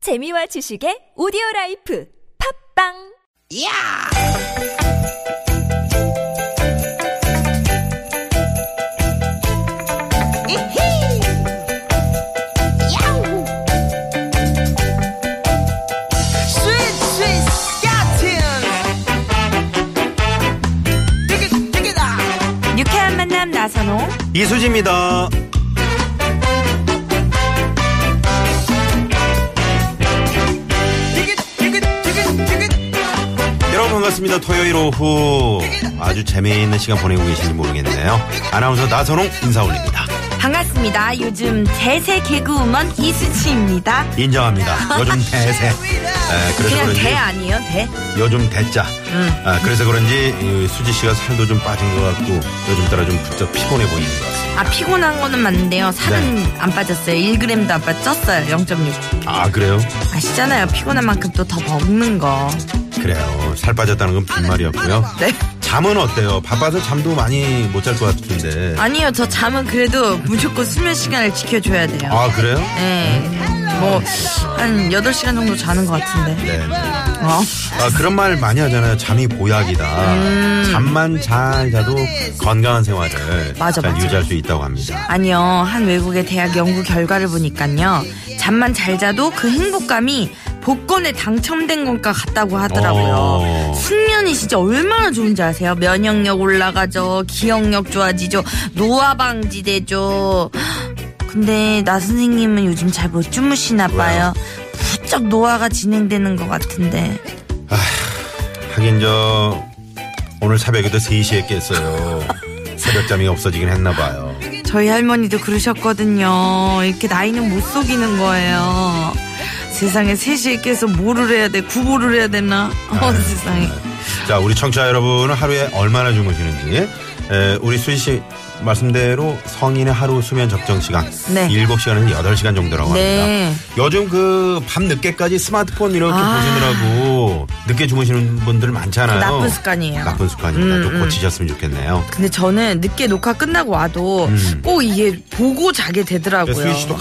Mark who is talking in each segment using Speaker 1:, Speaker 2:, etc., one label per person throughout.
Speaker 1: 재미와 지식의 오디오 라이프 팝빵!
Speaker 2: 야! 이히! 야우! 스윗 스윗 스카틴! 티켓 티켓아!
Speaker 3: 유쾌한 만남 나선홍
Speaker 4: 이수지입니다.
Speaker 2: 티켓 티켓 티켓 티켓
Speaker 4: 여러분 반갑습니다. 토요일 오후 아주 재미있는 시간 보내고 계신지 모르겠네요. 아나운서 나선홍 인사 올립니다.
Speaker 3: 반갑습니다. 요즘 대세 개그우먼 이수치입니다.
Speaker 4: 인정합니다. 요즘 대세. 에, 그래서
Speaker 3: 아, 그냥
Speaker 4: 그런지
Speaker 3: 대 아니에요 음. 대?
Speaker 4: 요즘 대자. 아, 그래서 그런지 이 수지 씨가 살도 좀 빠진 것 같고 요즘 따라 좀 부쩍 피곤해 보이는 것 같습니다.
Speaker 3: 아 피곤한 거는 맞는데요. 살은 안 빠졌어요. 1g도 안 빠졌어요. 0.6.
Speaker 4: 아 그래요?
Speaker 3: 아시잖아요. 피곤한 만큼 또 더 먹는 거.
Speaker 4: 그래요. 살 빠졌다는 건 빈말이었고요.
Speaker 3: 네.
Speaker 4: 잠은 어때요? 바빠서 잠도 많이 못 잘 것 같은데.
Speaker 3: 아니요 저 잠은 그래도 무조건 수면 시간을 지켜줘야 돼요.
Speaker 4: 아 그래요?
Speaker 3: 네. 뭐한 8시간 정도 자는 것 같은데.
Speaker 4: 네. 네.
Speaker 3: 어.
Speaker 4: 아, 그런 말 많이 하잖아요. 잠이 보약이다. 잠만 잘 자도 건강한 생활을
Speaker 3: 음. 맞아,
Speaker 4: 잘
Speaker 3: 맞아.
Speaker 4: 유지할 수 있다고 합니다.
Speaker 3: 아니요, 한 외국의 대학 연구 결과를 보니까요. 잠만 잘 자도 그 행복감이 복권에 당첨된 것과 같다고 하더라고요.
Speaker 4: 어.
Speaker 3: 숙면이 진짜 얼마나 좋은지 아세요? 면역력 올라가죠, 기억력 좋아지죠, 노화 방지되죠. 근데 나 선생님은 요즘 잘 못 주무시나 봐요. 부쩍 노화가 진행되는 것 같은데.
Speaker 4: 하긴 저 오늘 새벽에도 3시에 깼어요. 새벽잠이 없어지긴 했나 봐요.
Speaker 3: 저희 할머니도 그러셨거든요. 이렇게 나이는 못 속이는 거예요. 세상에 세시에 깨서 뭐를 해야 돼? 구보를 해야 되나?
Speaker 4: 아,
Speaker 3: 어,
Speaker 4: 네.
Speaker 3: 세상에.
Speaker 4: 자, 우리 청취자 여러분은 하루에 얼마나 주무시는지 에, 우리 수희 씨 말씀대로 성인의 하루 수면 적정 시간
Speaker 3: 네.
Speaker 4: 7시간에서 8시간 정도라고 합니다.
Speaker 3: 네.
Speaker 4: 요즘 그 밤 늦게까지 스마트폰 이렇게
Speaker 3: 아.
Speaker 4: 보시느라고 늦게 주무시는 분들 많잖아요.
Speaker 3: 그 나쁜 습관이에요.
Speaker 4: 나쁜 습관입니다.
Speaker 3: 음,
Speaker 4: 좀
Speaker 3: 음.
Speaker 4: 고치셨으면 좋겠네요.
Speaker 3: 근데 저는 늦게 녹화 끝나고 와도
Speaker 4: 음.
Speaker 3: 꼭 이게 보고 자게 되더라고요.
Speaker 4: 수희 씨도 아,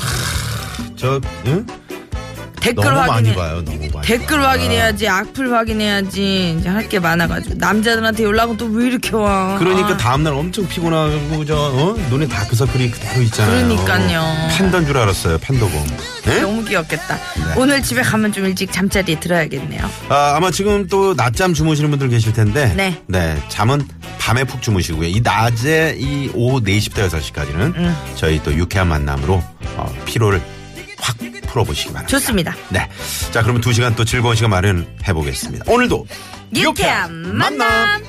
Speaker 4: 저 응?
Speaker 3: 댓글
Speaker 4: 너무 많이
Speaker 3: 확인해.
Speaker 4: 봐요. 아. 너무 많이.
Speaker 3: 댓글
Speaker 4: 봐요.
Speaker 3: 확인해야지, 악플 확인해야지, 이제 할 게 많아가지고. 남자들한테 연락은 또 왜 이렇게 와.
Speaker 4: 그러니까
Speaker 3: 아.
Speaker 4: 다음날 엄청 피곤하고 저 어? 눈에 다크서클이 그대로 있잖아요.
Speaker 3: 그러니까요.
Speaker 4: 판단 줄 알았어요. 판도공. 네?
Speaker 3: 너무 귀엽겠다. 오늘 집에 가면 좀 일찍 잠자리에 들어야겠네요.
Speaker 4: 아, 아마 지금 또 낮잠 주무시는 분들 계실 텐데.
Speaker 3: 네.
Speaker 4: 잠은 밤에 푹 주무시고요. 이 낮에 이 오후 4시부터 6시까지는
Speaker 3: 음.
Speaker 4: 저희 또 유쾌한 만남으로 어, 피로를 확 풀어보시기 바랍니다.
Speaker 3: 좋습니다.
Speaker 4: 네. 자, 그러면 두 시간 또 즐거운 시간 마련해 보겠습니다. 오늘도
Speaker 3: 유쾌한 만남.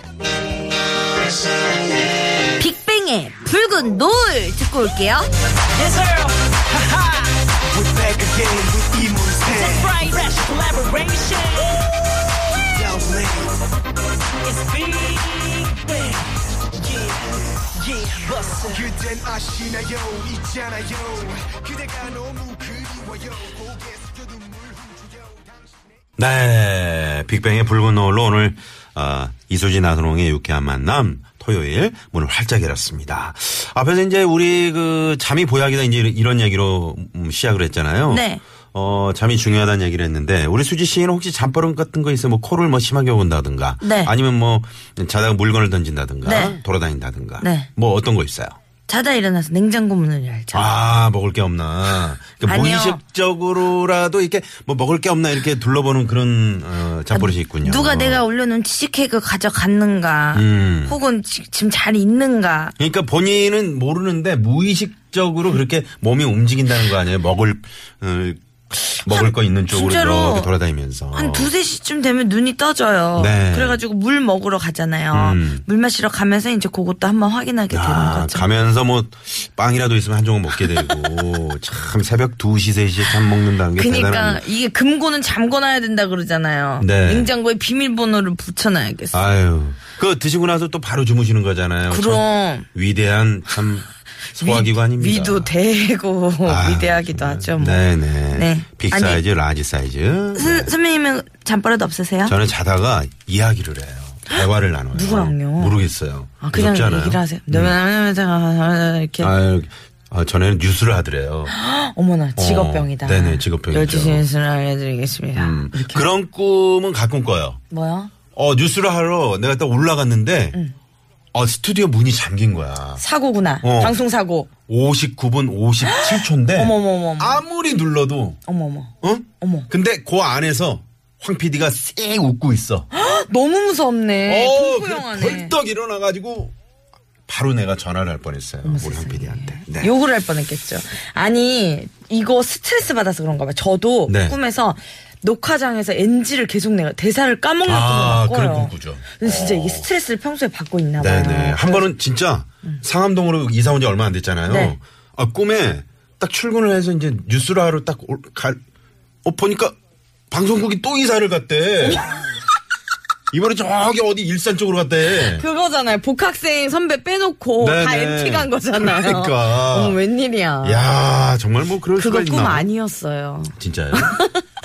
Speaker 3: 빅뱅의 붉은 노을 듣고 올게요.
Speaker 2: Fresh collaboration. It's big bang. Yeah, yeah, bustin'.
Speaker 5: 그댄 아시나요 있잖아요 그대가 너무 그리워요 고개 숙여 눈물 훔쳐요
Speaker 4: 네. 빅뱅의 붉은 노을로 오늘 어, 이수진 나선홍의 유쾌한 만남 토요일 문을 활짝 열었습니다. 앞에서 이제 우리 그 잠이 보약이다 이제 이런 얘기로 음, 시작을 했잖아요.
Speaker 3: 네.
Speaker 4: 어, 잠이 중요하다는 얘기를 했는데 우리 수지 씨는 혹시 잠버릇 같은 거 있어요? 뭐 코를 뭐 심하게 온다든가
Speaker 3: 네.
Speaker 4: 아니면 뭐 자다가 물건을 던진다든가
Speaker 3: 네.
Speaker 4: 돌아다닌다든가
Speaker 3: 네.
Speaker 4: 뭐 어떤 거 있어요?
Speaker 3: 자다 일어나서 냉장고 문을 열자.
Speaker 4: 아 먹을 게 없나. 그러니까
Speaker 3: 아니요.
Speaker 4: 무의식적으로라도 이렇게 뭐 먹을 게 없나 이렇게 둘러보는 그런 어, 잡버릇이 있군요.
Speaker 3: 아, 누가 내가 올려놓은 치즈케이크 가져갔는가,
Speaker 4: 음.
Speaker 3: 혹은 지- 지금 잘 있는가.
Speaker 4: 그러니까 본인은 모르는데 무의식적으로 그렇게 몸이 움직인다는 거 아니에요? 먹을 어, 먹을 거 있는 쪽으로
Speaker 3: 진짜로
Speaker 4: 이렇게 돌아다니면서.
Speaker 3: 한 두세 시쯤 되면 눈이 떠져요.
Speaker 4: 어. 네.
Speaker 3: 그래가지고 물 먹으러 가잖아요.
Speaker 4: 음.
Speaker 3: 물 마시러 가면서 이제 그것도 한번 확인하게 되는
Speaker 4: 야,
Speaker 3: 거죠.
Speaker 4: 가면서 뭐 빵이라도 있으면 한 조각 먹게 되고 참 새벽 2시 3시에 잠 먹는다는 게
Speaker 3: 그니까
Speaker 4: 대단합니다.
Speaker 3: 이게 금고는 잠궈놔야 된다 그러잖아요.
Speaker 4: 네.
Speaker 3: 냉장고에 비밀번호를 붙여놔야겠어.
Speaker 4: 아유. 그 드시고 나서 또 바로 주무시는 거잖아요. 그렇죠. 참
Speaker 3: 그럼.
Speaker 4: 위대한 참
Speaker 3: 위-
Speaker 4: 소화기관입니다.
Speaker 3: 위도 되고
Speaker 4: 아유,
Speaker 3: 위대하기도
Speaker 4: 정말.
Speaker 3: 하죠. 뭐.
Speaker 4: 네네.
Speaker 3: 네.
Speaker 4: 빅
Speaker 3: 아니-
Speaker 4: 사이즈, 라지 사이즈.
Speaker 3: 스- 선배님은 잠버릇 없으세요?
Speaker 4: 저는 자다가 이야기를 해요. 대화를 나눠요.
Speaker 3: 누구랑요?
Speaker 4: 모르겠어요.
Speaker 3: 아, 그냥
Speaker 4: 무섭잖아요. 음.
Speaker 3: 얘기를 하세요. 네, 네, 네, 네, 네, 네, 이렇게
Speaker 4: 아유, 아, 전에는 뉴스를 하더래요.
Speaker 3: 어머나 직업병이다.
Speaker 4: 아, 어, 네네, 직업병이죠.
Speaker 3: 12시 뉴스를 알려드리겠습니다.
Speaker 4: 음, 그런 꿈은 가끔 꿔요.
Speaker 3: 뭐야?
Speaker 4: 어, 뉴스를 하러 내가 딱 올라갔는데, 어, 스튜디오 문이 잠긴 거야.
Speaker 3: 사고구나.
Speaker 4: 어.
Speaker 3: 방송 사고.
Speaker 4: 59분 57초인데,
Speaker 3: 어머머머머.
Speaker 4: 아무리 눌러도,
Speaker 3: 어머머.
Speaker 4: 어?
Speaker 3: 어머.
Speaker 4: 근데 그 안에서 황 PD가 쌩 웃고 있어.
Speaker 3: 너무 무섭네.
Speaker 4: 어,
Speaker 3: 공포
Speaker 4: 그냥
Speaker 3: 영화네.
Speaker 4: 벌떡 일어나가지고, 바로 내가 전화를 할 뻔했어요. 우리 황 PD한테. 네.
Speaker 3: 욕을 할 뻔했겠죠. 아니 이거 스트레스 받아서 그런가 봐. 저도
Speaker 4: 네.
Speaker 3: 꿈에서 녹화장에서 NG를 계속 내가 대사를 까먹는 꿈을
Speaker 4: 아,
Speaker 3: 꿔요.
Speaker 4: 그런 꿈꾸죠.
Speaker 3: 근데 진짜
Speaker 4: 어.
Speaker 3: 이게 스트레스를 평소에 받고 있나 봐요.
Speaker 4: 네네. 한 번은 진짜 상암동으로 이사 온 지 얼마 안 됐잖아요.
Speaker 3: 음. 네.
Speaker 4: 아, 꿈에 딱 출근을 해서 이제 뉴스를 하러 딱 올, 갈, 어, 보니까 방송국이 또 이사를 갔대. 이번에 저기 어디 일산 쪽으로 갔대.
Speaker 3: 그거잖아요. 복학생 선배 빼놓고 다
Speaker 4: 네네.
Speaker 3: MT 간 거잖아요.
Speaker 4: 그러니까.
Speaker 3: 어머, 웬일이야.
Speaker 4: 야 정말 뭐 그럴 수가
Speaker 3: 그거
Speaker 4: 있나.
Speaker 3: 꿈 아니었어요. 예.
Speaker 4: 진짜요?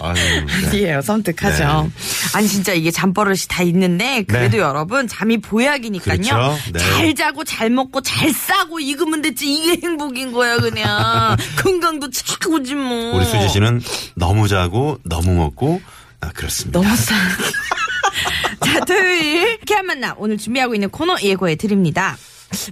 Speaker 4: 아유. 네.
Speaker 3: 아니에요. 섬뜩하죠. 아니 진짜 이게 잠버릇이 다 있는데
Speaker 4: 네.
Speaker 3: 그래도 여러분 잠이 보약이니까요.
Speaker 4: 그렇죠. 네.
Speaker 3: 잘 자고 잘 먹고 잘 싸고 익으면 됐지 이게 행복인 거야 그냥. 건강도 최고지 뭐.
Speaker 4: 우리 수지 씨는 너무 자고 너무 먹고 아, 그렇습니다.
Speaker 3: 너무 싸. 자 토요일 유쾌한 만남 오늘 준비하고 있는 코너 예고해 드립니다.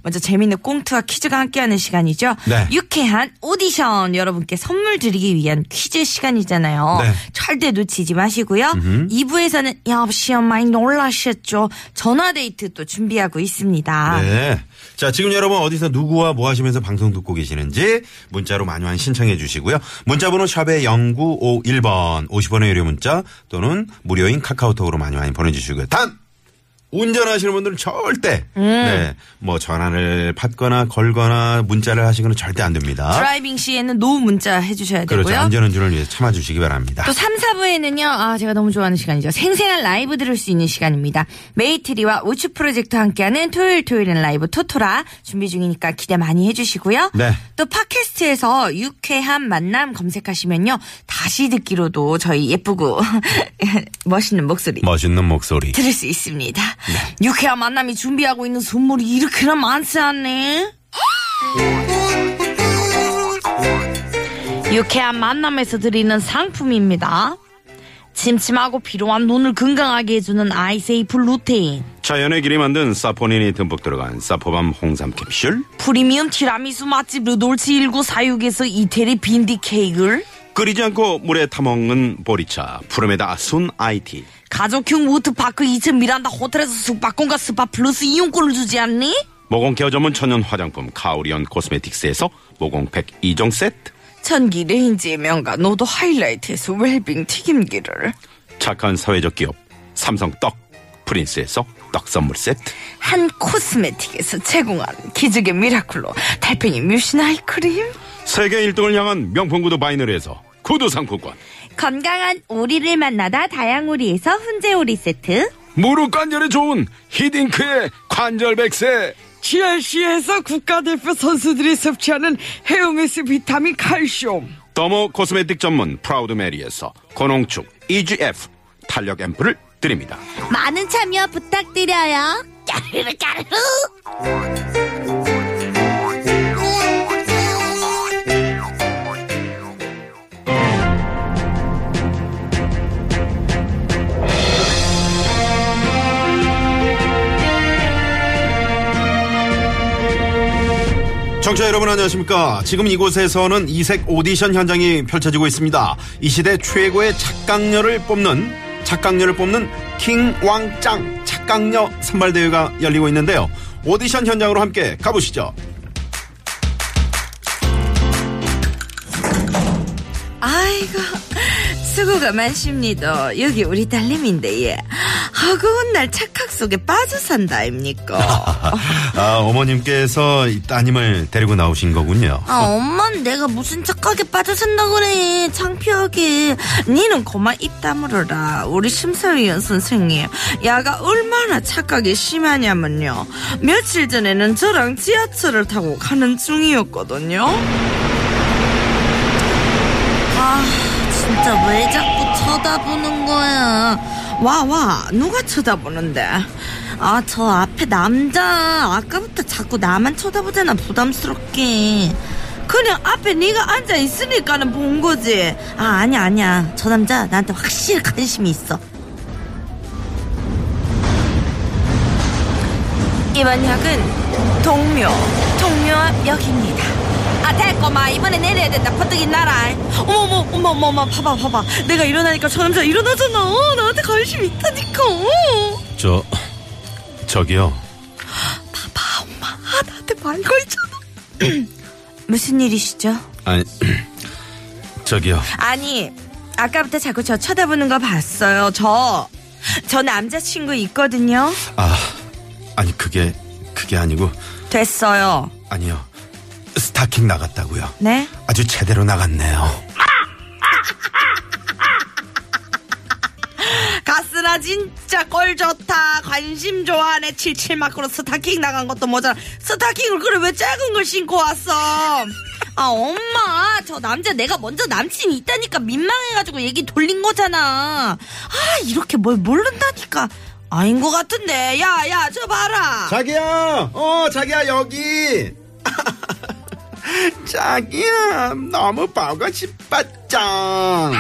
Speaker 3: 먼저 재미있는 꽁트와 퀴즈가 함께하는 시간이죠.
Speaker 4: 네.
Speaker 3: 유쾌한 오디션 여러분께 선물 드리기 위한 퀴즈 시간이잖아요.
Speaker 4: 네.
Speaker 3: 절대 놓치지 마시고요. 2부에서는 역시요 많이 놀라셨죠. 전화데이트 또 준비하고 있습니다.
Speaker 4: 네. 자, 지금 여러분 어디서 누구와 뭐 하시면서 방송 듣고 계시는지 문자로 많이 많이 신청해 주시고요. 문자번호 샵에 0951번 50원의 유료 문자 또는 무료인 카카오톡으로 많이 많이 보내주시고요. 단! 운전하시는 분들은 절대
Speaker 3: 음.
Speaker 4: 네, 뭐 전화를 받거나 걸거나 문자를 하시거나 절대 안 됩니다.
Speaker 3: 드라이빙 시에는 노 문자 해주셔야 되고요.
Speaker 4: 그렇죠. 안전운전을 위해서 참아주시기 바랍니다.
Speaker 3: 또 3, 4부에는요, 아, 제가 너무 좋아하는 시간이죠. 생생한 라이브 들을 수 있는 시간입니다. 메이트리와 우츠 프로젝트 함께하는 토요일 토요일엔 라이브 토토라 준비 중이니까 기대 많이 해주시고요.
Speaker 4: 네.
Speaker 3: 또 팟캐스트에서 유쾌한 만남 검색하시면요. 다시 듣기로도 저희 예쁘고 멋있는 목소리.
Speaker 4: 멋있는 목소리.
Speaker 3: 들을 수 있습니다. 유쾌한 만남이 준비하고 있는 선물이 이렇게나 많지 않네. 유쾌한 만남에서 드리는 상품입니다. 침침하고 피로한 눈을 건강하게 해주는 아이세이프 루테인,
Speaker 6: 자연의 길이 만든 사포닌이 듬뿍 들어간 사포밤 홍삼 캡슐
Speaker 3: 프리미엄 티라미수 맛집 르돌치 1946에서 이태리 빈디 케이크를,
Speaker 6: 끓이지 않고 물에 타먹는 보리차 푸르메다 순 아이티
Speaker 3: 가족형 워터파크 2층 미란다 호텔에서 숙박권과 스파 플러스 이용권을 주지 않니?
Speaker 6: 모공 케어 전문 천연 화장품 카오리언 코스메틱스에서 모공팩 2종 세트
Speaker 3: 전기 레인지의 명가 노도 하이라이트에서 웰빙 튀김기를
Speaker 6: 착한 사회적 기업 삼성 떡 프린스에서 떡 선물 세트
Speaker 3: 한 코스메틱에서 제공한 기적의 미라클로 달팽이 뮤신 아이크림
Speaker 6: 세계 1등을 향한 명품 구두 바이너리에서 구두 상품권
Speaker 3: 건강한 오리를 만나다 다양오리에서 훈제오리 세트
Speaker 6: 무릎 관절에 좋은 히딩크의 관절 백세
Speaker 7: GRC에서 국가대표 선수들이 섭취하는 해용에서 비타민 칼슘
Speaker 6: 더모 코스메틱 전문 프라우드 메리에서 고농축 EGF 탄력 앰플을 드립니다
Speaker 3: 많은 참여 부탁드려요 까르르 까르르
Speaker 4: 청취자 여러분 안녕하십니까. 지금 이곳에서는 이색 오디션 현장이 펼쳐지고 있습니다. 이 시대 최고의 착각녀를 뽑는 착각녀를 뽑는 킹왕짱 착각녀 선발대회가 열리고 있는데요. 오디션 현장으로 함께 가보시죠.
Speaker 3: 아이고 수고가 많십니다 여기 우리 딸님인데 예 허구운 날 착각 속에 빠져 산다입니까
Speaker 4: 아, 어머님께서 이 따님을 데리고 나오신 거군요.
Speaker 3: 아, 엄마는 내가 무슨 착하게 빠져산다 그래. 창피하게. 니는 그만 입 다물어라. 우리 심사위원 선생님. 야가 얼마나 착각이 심하냐면요. 며칠 전에는 저랑 지하철을 타고 가는 중이었거든요. 아, 진짜 왜 자꾸 쳐다보는 거야. 와, 와, 누가 쳐다보는데? 아, 저 앞에 남자. 아까부터 자꾸 나만 쳐다보잖아, 부담스럽게. 그냥 앞에 네가 앉아 있으니까는 본 거지. 아 아니야 아니야. 저 남자 나한테 확실히 관심이 있어. 이번 역은 동묘 동묘역입니다. 아 됐고마 이번에 내려야 된다 퍼뜩이 나라. 어머머 어머 어머 어머 봐봐 봐봐. 내가 일어나니까 저 남자 일어나잖아. 나한테 관심 있다니까. 어.
Speaker 4: 저 저기요.
Speaker 3: 봐봐 엄마 아, 나한테 말 걸잖아. 무슨 일이시죠?
Speaker 4: 아니 저기요.
Speaker 3: 아니 아까부터 자꾸 저 쳐다보는 거 봤어요 저 저 남자친구 있거든요
Speaker 4: 아 아니 그게 그게 아니고
Speaker 3: 됐어요
Speaker 4: 아니요. 스타킹 나갔다고요.
Speaker 3: 네?
Speaker 4: 아주 제대로 나갔네요.
Speaker 3: 가스라 진짜 꼴 좋다 관심 좋아하네 칠칠 맞고로 스타킹 나간 것도 모자라 스타킹을 그래 왜 작은 걸 신고 왔어 아 엄마 저 남자 내가 먼저 남친 있다니까 민망해가지고 얘기 돌린 거잖아 아 이렇게 뭘 모른다니까 아닌 것 같은데 야 야 저 봐라
Speaker 4: 자기야, 어, 자기야, 여기. 자기야, 너무 보고 싶었죠.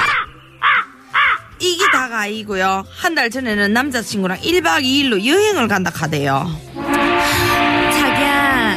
Speaker 3: 이게 다가 아니고요. 한 달 전에는 남자친구랑 1박 2일로 여행을 간다 카대요. 자기야,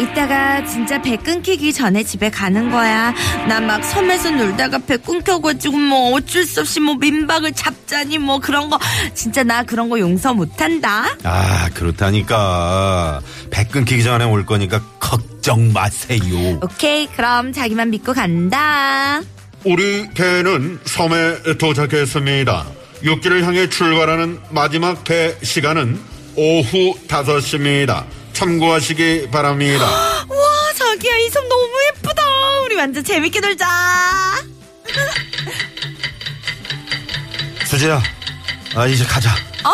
Speaker 3: 이따가 진짜 배 끊기기 전에 집에 가는 거야. 난 막 섬에서 놀다가 배 끊겨가지고 뭐 어쩔 수 없이 뭐 민박을 잡자니 뭐 그런 거. 진짜 나 그런 거 용서 못한다.
Speaker 4: 아, 그렇다니까. 배 끊기기 전에 올 거니까 걱정 마세요.
Speaker 3: 오케이, 그럼 자기만 믿고 간다.
Speaker 8: 우리 개는 섬에 도착했습니다. 육지를 향해 출발하는 마지막 배 시간은 오후 5시입니다. 참고하시기 바랍니다.
Speaker 3: 우와, 자기야, 이 섬 너무 예쁘다. 우리 완전 재밌게 놀자.
Speaker 4: 수지야, 아, 이제 가자. 어?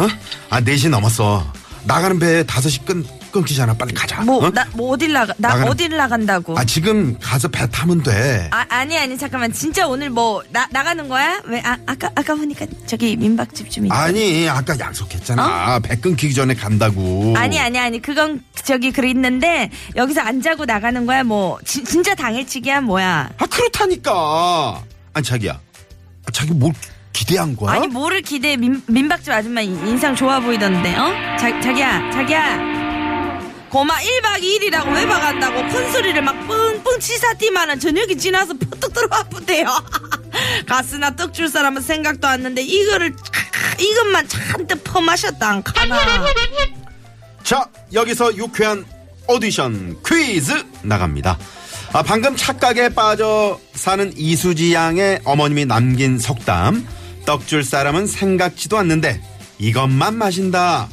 Speaker 4: 어? 아, 4시 넘었어. 나가는 배 5시 끊, 끊기잖아. 빨리 가자.
Speaker 3: 뭐,
Speaker 4: 어?
Speaker 3: 나, 뭐 어딜 나가, 나
Speaker 4: 나가는-
Speaker 3: 어딜 나간다고.
Speaker 4: 아, 지금 가서 배 타면 돼.
Speaker 3: 아, 아니, 아니, 잠깐만. 진짜 오늘 뭐, 나, 나가는 거야? 왜, 아, 아까, 아까 보니까 저기 민박집 좀 있다.
Speaker 4: 아니, 아까 약속했잖아. 배 끊기기 전에 간다고.
Speaker 3: 어? 아니, 아니, 아니. 그건 저기 그랬는데, 여기서 안 자고 나가는 거야? 뭐, 지- 진짜 당일치기야? 뭐야?
Speaker 4: 아 그렇다니까. 아니 자기야, 아, 자기 뭘 기대한 거야?
Speaker 3: 아니, 뭐를 기대해. 민, 민박집 아줌마 인- 인상 좋아 보이던데, 어? 자, 자기야, 자기야. 고마 1박 2일이라고 왜 박한다고 큰 소리를 막 뿡뿡 치사띠만은 저녁이 지나서 퍼뜩 들어와보대요. 가스나 떡 줄 사람은 생각도 안는데 이거를 캬, 이것만 잔뜩 퍼마셨다 안 카나.
Speaker 4: 자 여기서 유쾌한 오디션 퀴즈 나갑니다. 아 방금 착각에 빠져 사는 이수지 양의 어머님이 남긴 속담 떡 줄 사람은 생각지도 않는데 이것만 마신다.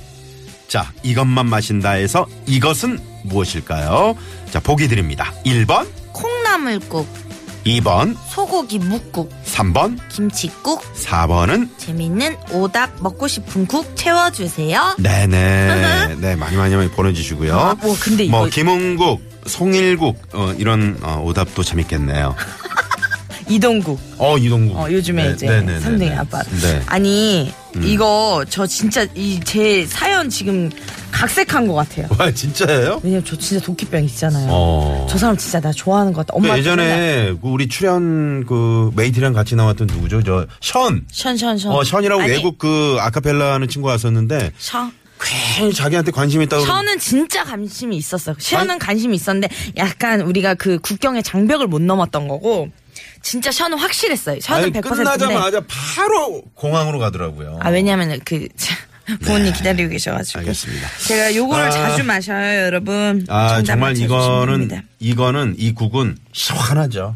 Speaker 4: 자, 이것만 마신다에서 이것은 무엇일까요? 자, 보기 드립니다. 1번,
Speaker 3: 콩나물국,
Speaker 4: 2번,
Speaker 3: 소고기 묵국,
Speaker 4: 3번,
Speaker 3: 김치국,
Speaker 4: 4번은
Speaker 3: 재밌는 오답 먹고 싶은 국 채워주세요.
Speaker 4: 네네. 네, 많이 많이 많이 보내주시고요.
Speaker 3: 아, 뭐, 근데
Speaker 4: 뭐,
Speaker 3: 이거-
Speaker 4: 김홍국, 송일국, 어, 이런 어, 오답도 재밌겠네요.
Speaker 3: 이동국.
Speaker 4: 어, 이동국.
Speaker 3: 어, 요즘에
Speaker 4: 네,
Speaker 3: 이제
Speaker 4: 네네네네.
Speaker 3: 삼둥이 아빠.
Speaker 4: 네.
Speaker 3: 아니 이거 저 진짜 이 제 사연 지금 각색한 것 같아요.
Speaker 4: 와, 진짜예요?
Speaker 3: 왜냐면 저 진짜 도끼병 있잖아요.
Speaker 4: 어.
Speaker 3: 저 사람 진짜 나 좋아하는 것 같아. 엄마
Speaker 4: 그 예전에 그 우리 출연 그 메이트랑 같이 나왔던 누구죠? 저 션.
Speaker 3: 션션션.
Speaker 4: 어, 션이라고 외국 그 아카펠라 하는 친구가 왔었는데
Speaker 3: 션.
Speaker 4: 괜히 자기한테 관심 있다고.
Speaker 3: 션은 진짜 관심이 있었어요. 션은 관심이 있었는데 약간 우리가 그 국경의 장벽을 못 넘었던 거고 진짜 션은 확실했어요. 션은
Speaker 4: 아니,
Speaker 3: 100%인데
Speaker 4: 끝나자마자 바로 공항으로 가더라고요.
Speaker 3: 아 왜냐면 그 참, 부모님 기다리고 계셔가지고
Speaker 4: 네. 알겠습니다.
Speaker 3: 제가 요거를
Speaker 4: 아.
Speaker 3: 자주 마셔요, 여러분.
Speaker 4: 아,
Speaker 3: 정답
Speaker 4: 정말
Speaker 3: 맞춰주시면
Speaker 4: 이거는,
Speaker 3: 됩니다.
Speaker 4: 이거는, 이 국은 시원하죠.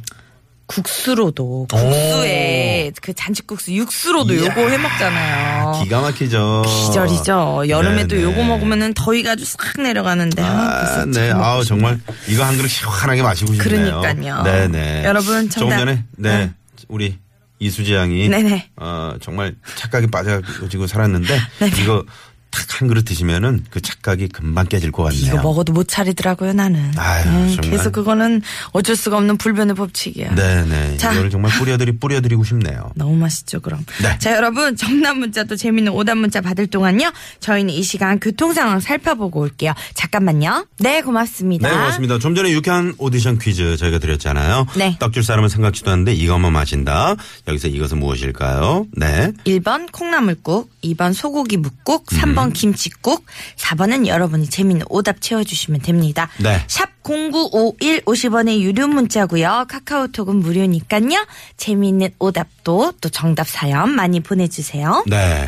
Speaker 3: 국수로도 국수에 그 잔치국수 육수로도
Speaker 4: 이야,
Speaker 3: 요거 해 먹잖아요.
Speaker 4: 기가 막히죠.
Speaker 3: 어, 기절이죠. 여름에도
Speaker 4: 네네.
Speaker 3: 요거 먹으면은 더위가 아주 싹 내려가는데. 아,
Speaker 4: 아,
Speaker 3: 벌써
Speaker 4: 네,
Speaker 3: 참
Speaker 4: 아우
Speaker 3: 먹고
Speaker 4: 정말 이거 한 그릇 시원하게 마시고 싶네요.
Speaker 3: 그러니까요.
Speaker 4: 네, 네.
Speaker 3: 여러분,
Speaker 4: 조금
Speaker 3: 정답.
Speaker 4: 전에 네,
Speaker 3: 네.
Speaker 4: 우리 이수지 양이
Speaker 3: 네네. 네,
Speaker 4: 어, 정말 착각에 빠져가지고 살았는데 이거 탁 한 그릇 드시면은 그 착각이 금방 깨질 것 같네요.
Speaker 3: 이거 먹어도 못 차리더라고요 나는. 네,
Speaker 4: 아유, 정말.
Speaker 3: 그래서 그거는 어쩔 수가 없는 불변의 법칙이야.
Speaker 4: 네네.
Speaker 3: 자.
Speaker 4: 이거를 정말 뿌려드리 뿌려드리고 싶네요.
Speaker 3: 너무 맛있죠 그럼.
Speaker 4: 네.
Speaker 3: 자 여러분 정답 문자 또 재밌는 오답 문자 받을 동안요. 저희는 이 시간 교통 상황 살펴보고 올게요. 잠깐만요. 네 고맙습니다.
Speaker 4: 네, 고맙습니다. 좀 전에 유쾌한 오디션 퀴즈 저희가 드렸잖아요.
Speaker 3: 네.
Speaker 4: 떡줄 사람은 생각지도 않는데 이것만 마신다. 여기서 이것은 무엇일까요? 네.
Speaker 3: 1번 콩나물국, 2번 소고기 묵국,
Speaker 4: 음.
Speaker 3: 3번 김치국, 4번은 여러분이 재밌는 오답 채워주시면 됩니다.
Speaker 4: 네.
Speaker 3: 샵 0951 50원의 유료 문자고요. 카카오톡은 무료니까요. 재미있는 오답도 또 정답 사연 많이 보내주세요.
Speaker 4: 네.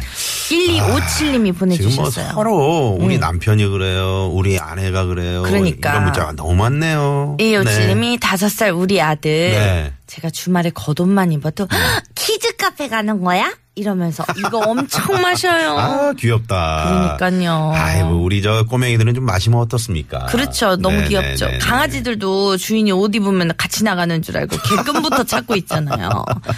Speaker 4: 지금
Speaker 3: 1257님이
Speaker 4: 뭐
Speaker 3: 보내주셨어요. 음.
Speaker 4: 서로 우리 남편이 그래요. 우리 아내가 그래요.
Speaker 3: 그러니까.
Speaker 4: 이런 문자가 너무 많네요.
Speaker 3: 1257님이 다섯 살 우리 아들.
Speaker 4: 네.
Speaker 3: 제가 주말에 겉옷만 입어도 "헉, 키즈 카페 가는 거야? 이러면서 이거 엄청 마셔요.
Speaker 4: 아, 귀엽다.
Speaker 3: 그러니까요.
Speaker 4: 아이고, 우리 저 꼬맹이들은 좀 마시면 어떻습니까?
Speaker 3: 그렇죠. 너무
Speaker 4: 네,
Speaker 3: 귀엽죠.
Speaker 4: 네, 네, 네.
Speaker 3: 강아지들도 주인이 옷 입으면 같이 나가는 줄 알고 개끈부터 찾고 있잖아요.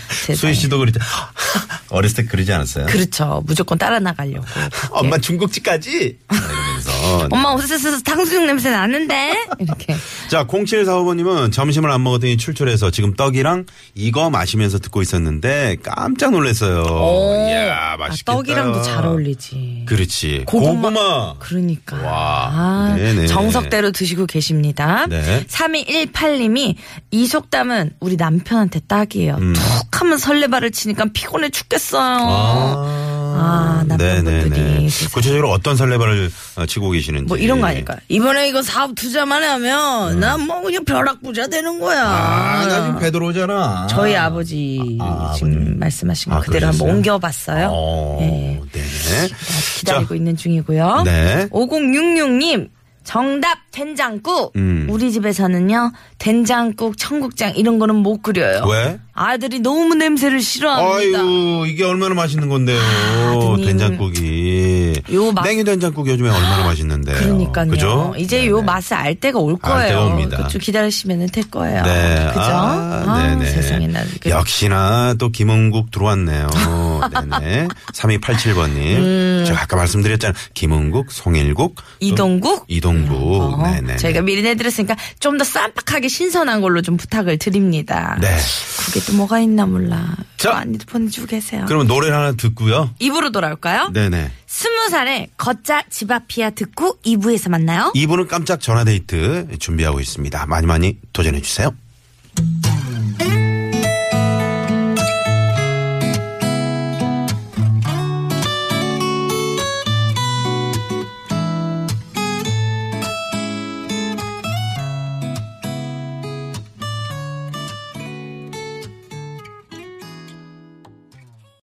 Speaker 4: 수희
Speaker 3: 세상에.
Speaker 4: 씨도 그러죠. 어렸을 때 그러지 않았어요?
Speaker 3: 그렇죠. 무조건 따라 나가려고.
Speaker 4: 네. 엄마 중국집까지? 이러면서.
Speaker 3: 엄마 옷에서 탕수육 냄새 나는데? 이렇게.
Speaker 4: 자, 0745번님은 점심을 안 먹었더니 출출해서 지금 떡이랑 이거 마시면서 듣고 있었는데 깜짝 놀랐어요. 이야,
Speaker 3: 아,
Speaker 4: 맛있겠다.
Speaker 3: 떡이랑도 잘 어울리지.
Speaker 4: 그렇지.
Speaker 3: 고구마.
Speaker 4: 고구마.
Speaker 3: 그러니까.
Speaker 4: 와,
Speaker 3: 아,
Speaker 4: 네네.
Speaker 3: 정석대로 드시고 계십니다.
Speaker 4: 네.
Speaker 3: 3218님이 이 속담은 우리 남편한테 딱이에요.
Speaker 4: 음.
Speaker 3: 툭 하면 설레발을 치니까 피곤해 죽겠어요. 아, 남편분들이
Speaker 4: 네네네.
Speaker 3: 세상에.
Speaker 4: 구체적으로 어떤 설레발을 어, 치고 계시는지.
Speaker 3: 뭐 이런 거 아닐까요? 이번에 이거 사업 투자만 하면 난 뭐 그냥 벼락 부자 되는 거야.
Speaker 4: 네. 아, 나 지금 배들 오잖아.
Speaker 3: 저희 아버지
Speaker 4: 아,
Speaker 3: 지금
Speaker 4: 아버님.
Speaker 3: 말씀하신 거
Speaker 4: 아,
Speaker 3: 그대로
Speaker 4: 그러셨어요?
Speaker 3: 한번 옮겨봤어요.
Speaker 4: 어,
Speaker 3: 예.
Speaker 4: 네네.
Speaker 3: 기다리고
Speaker 4: 자,
Speaker 3: 있는 중이고요.
Speaker 4: 네.
Speaker 3: 5066님 정답 된장국.
Speaker 4: 음.
Speaker 3: 우리 집에서는요 된장국, 청국장 이런 거는 못 끓여요.
Speaker 4: 왜?
Speaker 3: 아들이 너무 냄새를 싫어합니다.
Speaker 4: 아유, 이게 얼마나 맛있는 건데요.
Speaker 3: 아드님.
Speaker 4: 된장국이.
Speaker 3: 요 맛-
Speaker 4: 냉이 된장국 요즘에 얼마나 맛있는데요.
Speaker 3: 그러니까요.
Speaker 4: 그죠?
Speaker 3: 이제
Speaker 4: 네네.
Speaker 3: 요 맛을 알 때가 올
Speaker 4: 알
Speaker 3: 거예요.
Speaker 4: 때가 옵니다.
Speaker 3: 그쭉 기다리시면 될 거예요.
Speaker 4: 네.
Speaker 3: 그죠?
Speaker 4: 아,
Speaker 3: 아,
Speaker 4: 네네.
Speaker 3: 세상에 나 그-
Speaker 4: 역시나 또 김은국 들어왔네요. 네네. 3287번님. 제가 아까 말씀드렸잖아요. 김은국, 송일국. 또
Speaker 3: 음. 이동국?
Speaker 4: 음, 이동국.
Speaker 3: 어,
Speaker 4: 네네.
Speaker 3: 저희가 미리 내드렸으니까 좀 더 쌈박하게 신선한 걸로 좀 부탁을 드립니다.
Speaker 4: 네.
Speaker 3: 그게 또 뭐가 있나 몰라.
Speaker 4: 자.
Speaker 3: 많이도 보내주고 계세요.
Speaker 4: 그러면 노래를 하나 듣고요.
Speaker 3: 입으로 돌아올까요?
Speaker 4: 네네.
Speaker 3: 스무 살에 걷자 집 앞이야 듣고 2부에서 만나요.
Speaker 4: 이분은 깜짝 전화데이트 준비하고 있습니다. 많이 많이 도전해주세요.